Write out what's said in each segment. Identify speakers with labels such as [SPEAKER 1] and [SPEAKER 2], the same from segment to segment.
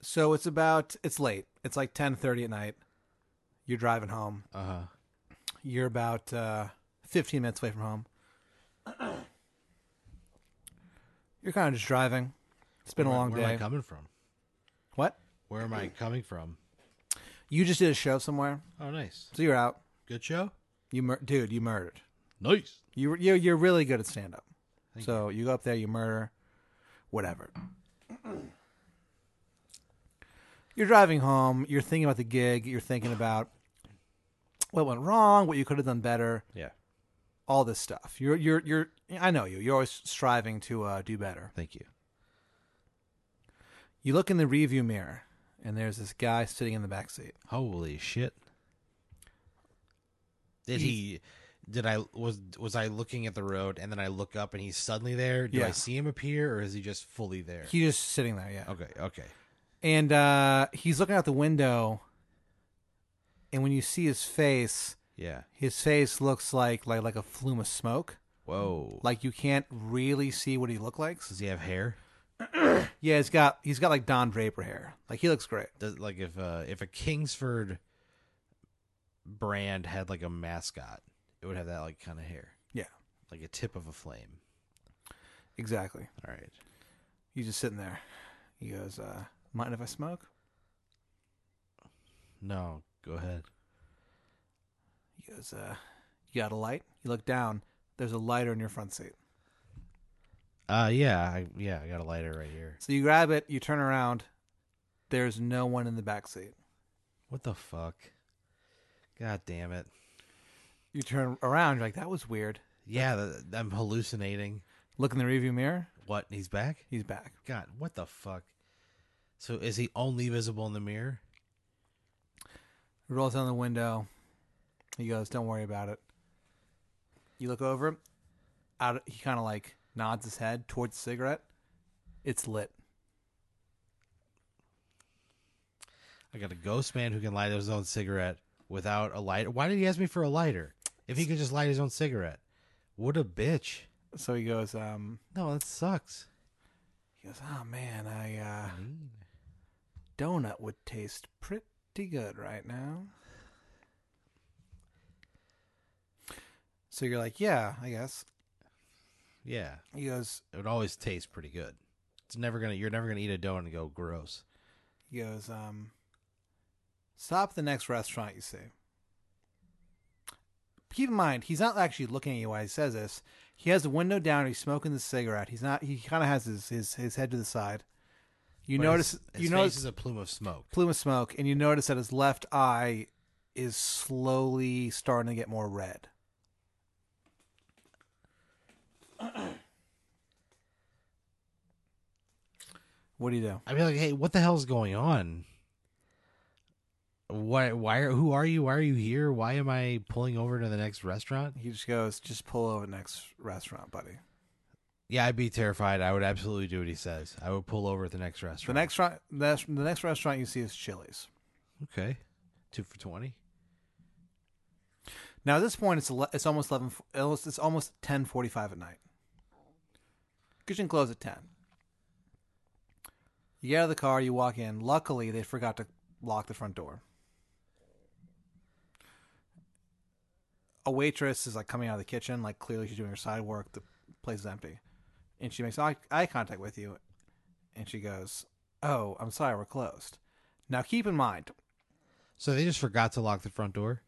[SPEAKER 1] So it's about it's late. It's like ten thirty at night. You're driving home.
[SPEAKER 2] Uh huh.
[SPEAKER 1] You're about uh, fifteen minutes away from home. You're kind of just driving. It's been a long
[SPEAKER 2] Where am
[SPEAKER 1] day.
[SPEAKER 2] I coming from?
[SPEAKER 1] what?
[SPEAKER 2] Where am I coming from?
[SPEAKER 1] You just did a show somewhere,
[SPEAKER 2] Oh, nice.
[SPEAKER 1] so you're out.
[SPEAKER 2] Good show.
[SPEAKER 1] You mur- dude, you murdered.
[SPEAKER 2] Nice.
[SPEAKER 1] You you you're really good at stand up. So you. go up there, you murder, whatever. You're driving home. You're thinking about the gig. You're thinking about what went wrong, what you could have done better,
[SPEAKER 2] Yeah.
[SPEAKER 1] all this stuff. You're you're you're. I know you. You're always striving to uh, do better.
[SPEAKER 2] Thank you.
[SPEAKER 1] You look in the review mirror, and there's this guy sitting in the back seat.
[SPEAKER 2] Holy shit. Did he? Did I was was I looking at the road and then I look up and he's suddenly there? Do
[SPEAKER 1] Yeah.
[SPEAKER 2] I see him appear or is he just fully there?
[SPEAKER 1] He's just sitting there. Yeah.
[SPEAKER 2] okay. Okay.
[SPEAKER 1] And uh, he's looking out the window, and when you see his face,
[SPEAKER 2] Yeah.
[SPEAKER 1] his face looks like like like a flume of smoke.
[SPEAKER 2] Whoa.
[SPEAKER 1] Like you can't really see what he look like.
[SPEAKER 2] Does he have hair?
[SPEAKER 1] Yeah, he's got he's got like Don Draper hair. Like he looks great.
[SPEAKER 2] Does like if uh if a Kingsford brand had like a mascot, it would have that like kind of hair,
[SPEAKER 1] Yeah,
[SPEAKER 2] like a tip of a flame.
[SPEAKER 1] exactly.
[SPEAKER 2] All right.
[SPEAKER 1] He's just sitting there. He goes, uh, "Mind if I smoke?"
[SPEAKER 2] No, go ahead.
[SPEAKER 1] He goes, uh, "You got a light?" You look down. There's a lighter in your front seat.
[SPEAKER 2] Uh yeah, I yeah, I got a lighter right here.
[SPEAKER 1] So you grab it. You turn around. There's no one in the back seat.
[SPEAKER 2] What the fuck? God damn it.
[SPEAKER 1] You turn around. You're like, "That was weird."
[SPEAKER 2] Yeah, th- I'm hallucinating.
[SPEAKER 1] Look in the rearview mirror.
[SPEAKER 2] What? He's back?
[SPEAKER 1] He's back.
[SPEAKER 2] God, what the fuck? So is he only visible in the mirror?
[SPEAKER 1] He rolls down the window. He goes, "Don't worry about it." You look over. Out, he kind of like nods his head towards the cigarette. It's lit.
[SPEAKER 2] I got a ghost man who can light his own cigarette without a lighter. Why did he ask me for a lighter? If he could just light his own cigarette. What a bitch.
[SPEAKER 1] So he goes, um,
[SPEAKER 2] No, that sucks.
[SPEAKER 1] he goes, "Oh man, I uh, donut would taste pretty good right now." So you're like, "Yeah, I guess."
[SPEAKER 2] Yeah.
[SPEAKER 1] He goes,
[SPEAKER 2] It would always taste pretty good. It's never gonna you're never gonna eat a donut and go gross.
[SPEAKER 1] he goes, um, "Stop at the next restaurant you see." Keep in mind, he's not actually looking at you while he says this. He has the window down. He's smoking the cigarette. He's not. He kind of has his, his his head to the side. You
[SPEAKER 2] But
[SPEAKER 1] notice.
[SPEAKER 2] his,
[SPEAKER 1] you
[SPEAKER 2] his
[SPEAKER 1] notice.
[SPEAKER 2] face is a plume of smoke.
[SPEAKER 1] plume of smoke, and you notice that his left eye is slowly starting to get more red. what do you do?
[SPEAKER 2] I'd be like, hey, what the hell's going on? Why? Why? Are, who are you? Why are you here? Why am I pulling over to the next restaurant?
[SPEAKER 1] He just goes, just pull over to the next restaurant, buddy.
[SPEAKER 2] Yeah, I'd be terrified. I would absolutely do what he says. I would pull over at the next
[SPEAKER 1] The
[SPEAKER 2] restaurant.
[SPEAKER 1] next, ri- the the next restaurant you see is Chili's.
[SPEAKER 2] okay, two for twenty.
[SPEAKER 1] Now at this point, it's ele- it's almost eleven. f- almost- It's almost ten forty-five at night. Kitchen closed at ten. You get out of the car, you walk in. Luckily, they forgot to lock the front door. A waitress is like coming out of the kitchen, like clearly she's doing her side work. The place is empty, and she makes eye, eye contact with you, and she goes, "Oh, I'm sorry, we're closed." Now keep in mind,
[SPEAKER 2] So they just forgot to lock the front door.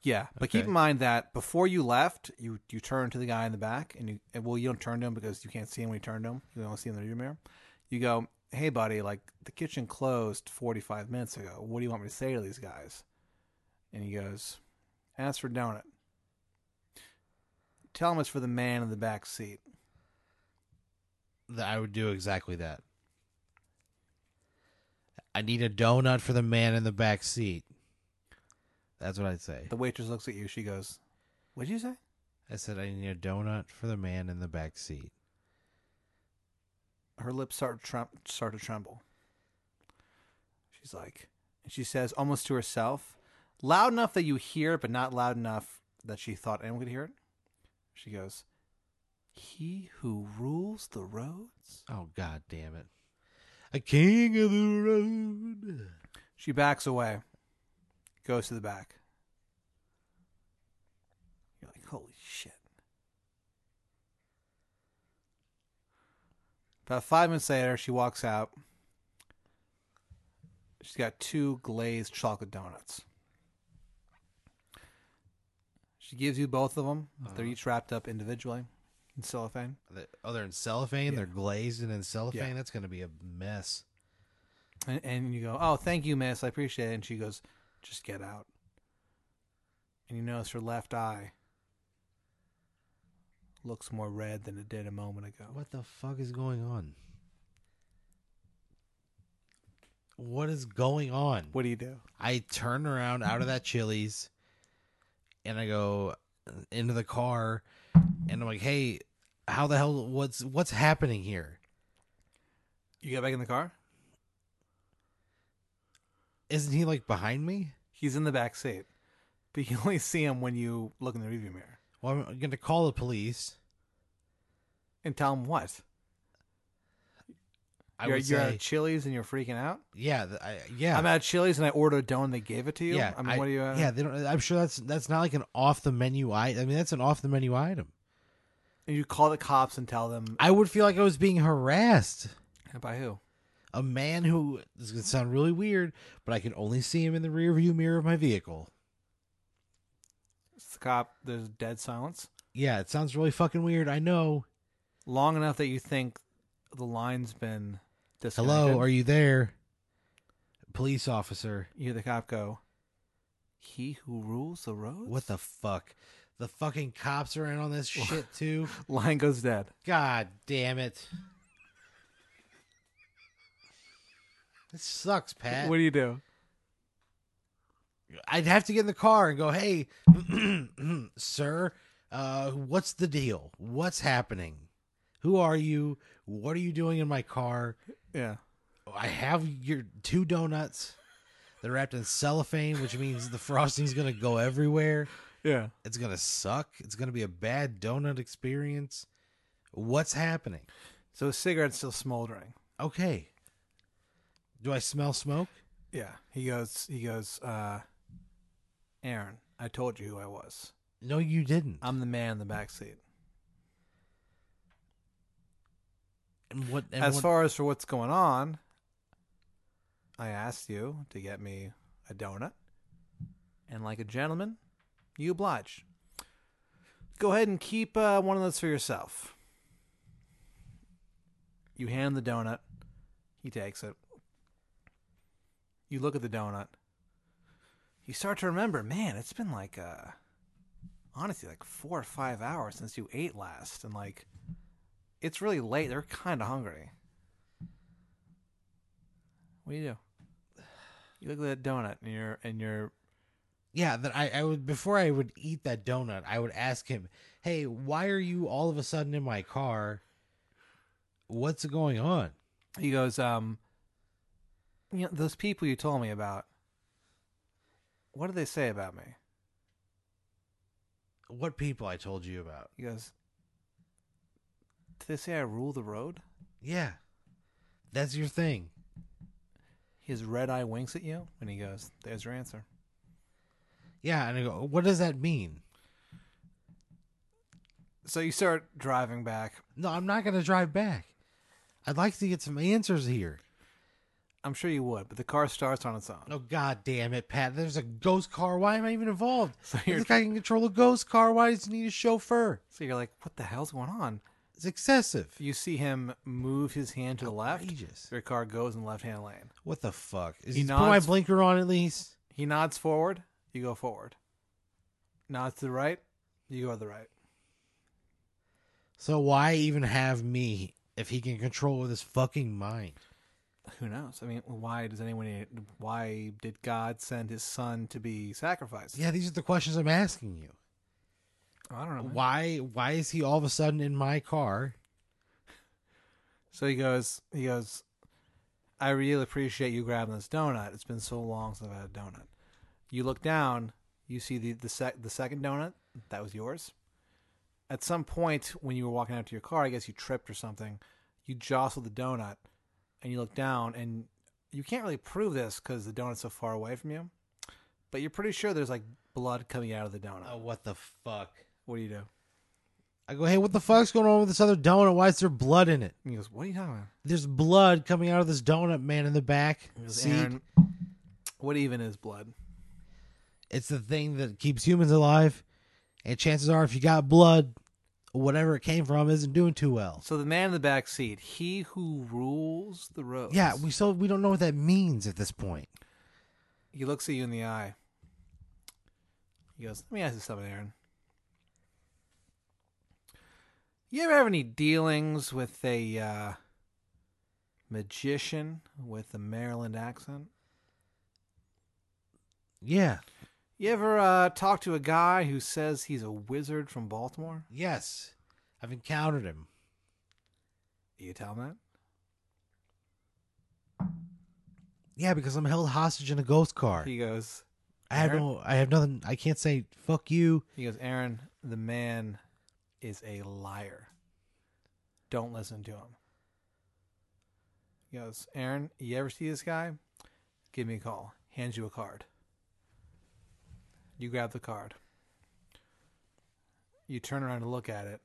[SPEAKER 1] yeah, but keep
[SPEAKER 2] Okay.
[SPEAKER 1] in mind that before you left, you you turn to the guy in the back, and you and, well, you don't turn to him because you can't see him when you turn to him. You only see him in the rear mirror. You go, "Hey, buddy, like the kitchen closed 45 minutes ago. What do you want me to say to these guys?" And he goes, "Ask for donut. Tell him it's for the man in the back seat."
[SPEAKER 2] Th- I would do exactly that. I need a donut for the man in the back seat. That's what I'd say.
[SPEAKER 1] The waitress looks at you. She goes, "What did you say?"
[SPEAKER 2] I said I need a donut for the man in the back seat.
[SPEAKER 1] her lips start to, trem- start to tremble. She's like, and she says almost to herself, loud enough that you hear it, but not loud enough that she thought anyone could hear it. She goes, He who rules the roads?
[SPEAKER 2] Oh god damn it. A king of the road.
[SPEAKER 1] She backs away, goes to the back. You're like, holy shit. About five minutes later, she walks out. She's got two glazed chocolate donuts. She gives you both of them. They're each wrapped up individually in cellophane.
[SPEAKER 2] The- Oh, they're in cellophane. They're glazed and in cellophane.
[SPEAKER 1] Yeah.
[SPEAKER 2] That's gonna be a mess.
[SPEAKER 1] And, and you go, oh, thank you, miss. I appreciate it. And she goes, just get out. And you notice her left eye looks more red than it did a moment ago.
[SPEAKER 2] What the fuck is going on? What is going on?
[SPEAKER 1] What do you do?
[SPEAKER 2] I turn around out of that Chili's and I go uh, into the car and I'm like, "Hey, how the hell what's what's happening here?
[SPEAKER 1] You get back in the car?
[SPEAKER 2] Isn't he like behind me?"
[SPEAKER 1] He's in the back seat. But you only see him when you look in the rearview mirror.
[SPEAKER 2] Well, I'm going to call the police.
[SPEAKER 1] And tell him what?
[SPEAKER 2] I
[SPEAKER 1] you're
[SPEAKER 2] would
[SPEAKER 1] you're
[SPEAKER 2] say,
[SPEAKER 1] at Chili's and you're freaking out?
[SPEAKER 2] yeah, th- I, yeah.
[SPEAKER 1] I'm at Chili's and I ordered a dough and they gave it to you?
[SPEAKER 2] yeah,
[SPEAKER 1] I mean, what do you. uh,
[SPEAKER 2] yeah, they don't, I'm sure that's that's not like an off the menu item. I mean, that's an off the menu item.
[SPEAKER 1] And you call the cops and tell them.
[SPEAKER 2] I would feel like I was being harassed.
[SPEAKER 1] By who?
[SPEAKER 2] A man who this is gonna sound really weird, but I can only see him in the rearview mirror of my vehicle.
[SPEAKER 1] It's the cop. There's dead silence.
[SPEAKER 2] Yeah, it sounds really fucking weird. I know.
[SPEAKER 1] long enough that you think the line's been disconnected.
[SPEAKER 2] Hello, are you there? Police officer.
[SPEAKER 1] you hear the cop go, "He who rules the roads."
[SPEAKER 2] What the fuck? The fucking cops are in on this shit too.
[SPEAKER 1] line goes dead?
[SPEAKER 2] God damn it. This sucks, Pat.
[SPEAKER 1] What do you do?
[SPEAKER 2] I'd have to get in the car and go, "Hey, sir, uh, what's the deal? What's happening? Who are you? What are you doing in my car?
[SPEAKER 1] Yeah,
[SPEAKER 2] I have your two donuts. They're wrapped in cellophane, which means the frosting's gonna go everywhere.
[SPEAKER 1] yeah.
[SPEAKER 2] It's gonna suck. It's gonna be a bad donut experience. What's happening?
[SPEAKER 1] So his cigarette's still smoldering.
[SPEAKER 2] Okay. Do I smell smoke?
[SPEAKER 1] Yeah, he goes. He goes. uh Aaron, I told you who I was.
[SPEAKER 2] No, you didn't.
[SPEAKER 1] I'm the man in the back seat.
[SPEAKER 2] and what? And
[SPEAKER 1] as
[SPEAKER 2] what-
[SPEAKER 1] far as for what's going on, I asked you to get me a donut, and like a gentleman, you oblige. Go ahead and keep uh, one of those for yourself. You hand the donut. He takes it. You look at the donut. You start to remember, man, it's been like, uh, honestly, like four or five hours since you ate last, and like, it's really late. They're kind of hungry. What do you do? You look at that donut and you're and you're
[SPEAKER 2] Yeah, that I, I would before I would eat that donut, I would ask him, "Hey, why are you all of a sudden in my car? What's going on?"
[SPEAKER 1] he goes um you know those people you told me about. What did they say about me?
[SPEAKER 2] What people I told you about?
[SPEAKER 1] He goes. Did they say I rule the road?
[SPEAKER 2] Yeah, that's your thing.
[SPEAKER 1] His red eye winks at you and he goes, "There's your answer."
[SPEAKER 2] Yeah, and I go, "What does that mean?"
[SPEAKER 1] So you start driving back.
[SPEAKER 2] No, I'm not gonna drive back. I'd like to get some answers here.
[SPEAKER 1] I'm sure you would, but the car starts on its own.
[SPEAKER 2] Oh God damn it, Pat! There's a ghost car. Why am I even involved?
[SPEAKER 1] So you're-
[SPEAKER 2] This guy can control a ghost car. Why does he need a chauffeur?
[SPEAKER 1] So you're like, "What the hell's going on?"
[SPEAKER 2] It's excessive.
[SPEAKER 1] You see him move his hand to the left.
[SPEAKER 2] Outrageous.
[SPEAKER 1] Your car goes in the left hand lane.
[SPEAKER 2] What the fuck? Is
[SPEAKER 1] He
[SPEAKER 2] he put my
[SPEAKER 1] nods-
[SPEAKER 2] blinker on at least?
[SPEAKER 1] He nods forward. You go forward. Nods to the right. You go to the right.
[SPEAKER 2] So why even have me if he can control with his fucking mind?
[SPEAKER 1] Who knows? I mean, why does anyone? need- Why did God send His Son to be sacrificed?
[SPEAKER 2] Yeah, these are the questions I'm asking you.
[SPEAKER 1] I don't know.
[SPEAKER 2] Uh-huh.
[SPEAKER 1] man.
[SPEAKER 2] Why why is he all of a sudden in my car?
[SPEAKER 1] So he goes. He goes. I really appreciate you grabbing this donut. It's been so long since I've had a donut. You look down. You see the the, sec- the second donut that was yours. At some point when you were walking out to your car, I guess you tripped or something. You jostled the donut, and you look down, and you can't really prove this because the donut's so far away from you, but you're pretty sure there's like blood coming out of the donut.
[SPEAKER 2] Oh, what the fuck?
[SPEAKER 1] What do you do?
[SPEAKER 2] I go, hey, what the fuck's going on with this other donut? Why is there blood in it?
[SPEAKER 1] And he goes, "What are you talking about?"
[SPEAKER 2] There's blood coming out of this donut, man, in the back.
[SPEAKER 1] He goes,
[SPEAKER 2] See,
[SPEAKER 1] "Aaron, what even is blood?
[SPEAKER 2] it's the thing that keeps humans alive. And chances are, if you got blood, whatever it came from isn't doing too well.
[SPEAKER 1] So the man in the back seat, he who rules the road.
[SPEAKER 2] Yeah, we so we don't know what that means at this point.
[SPEAKER 1] He looks at you in the eye. He goes, Let me ask you something, Aaron. You ever have any dealings with a uh, magician with a Maryland accent?
[SPEAKER 2] Yeah.
[SPEAKER 1] You ever uh, talk to a guy who says he's a wizard from Baltimore?
[SPEAKER 2] Yes. I've encountered him.
[SPEAKER 1] You tell him that?
[SPEAKER 2] Yeah, because I'm held hostage in a ghost car.
[SPEAKER 1] He goes,
[SPEAKER 2] I have no I have nothing I can't say fuck you.
[SPEAKER 1] He goes, Aaron, the man is a liar. Don't listen to him. He goes, Aaron, you ever see this guy? Give me a call. Hands you a card. You grab the card. You turn around to look at it.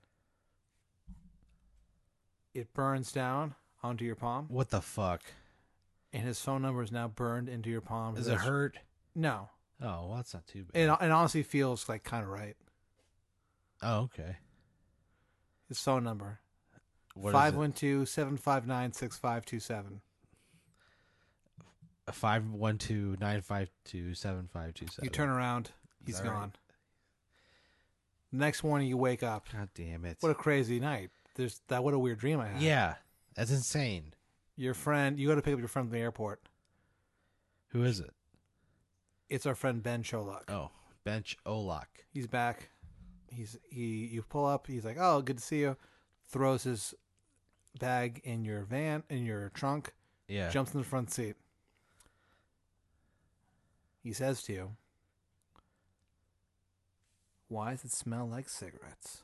[SPEAKER 1] It burns down onto your palm,
[SPEAKER 2] What the fuck?
[SPEAKER 1] and his phone number is now burned into your palm.
[SPEAKER 2] Does it hurt?
[SPEAKER 1] No.
[SPEAKER 2] Oh, well, that's not too bad.
[SPEAKER 1] It, it honestly feels like kind of right.
[SPEAKER 2] oh, okay.
[SPEAKER 1] His phone number
[SPEAKER 2] What is
[SPEAKER 1] Five
[SPEAKER 2] it?
[SPEAKER 1] one two seven five nine six five two seven.
[SPEAKER 2] five one two nine five two seven five two seven.
[SPEAKER 1] You turn around, he's
[SPEAKER 2] that right?
[SPEAKER 1] gone. Next morning, you wake up.
[SPEAKER 2] God damn it!
[SPEAKER 1] What a crazy night! There's that. What a weird dream I had.
[SPEAKER 2] yeah, that's insane.
[SPEAKER 1] Your friend, you go to pick up your friend from the airport.
[SPEAKER 2] Who is it?
[SPEAKER 1] It's our friend Ben Cholak.
[SPEAKER 2] Oh, Bench Olak.
[SPEAKER 1] He's back. He's he. You pull up. He's like, "Oh, good to see you." Throws his bag in your van in your trunk.
[SPEAKER 2] Yeah.
[SPEAKER 1] Jumps in the front seat. He says to you, Why does it smell like cigarettes?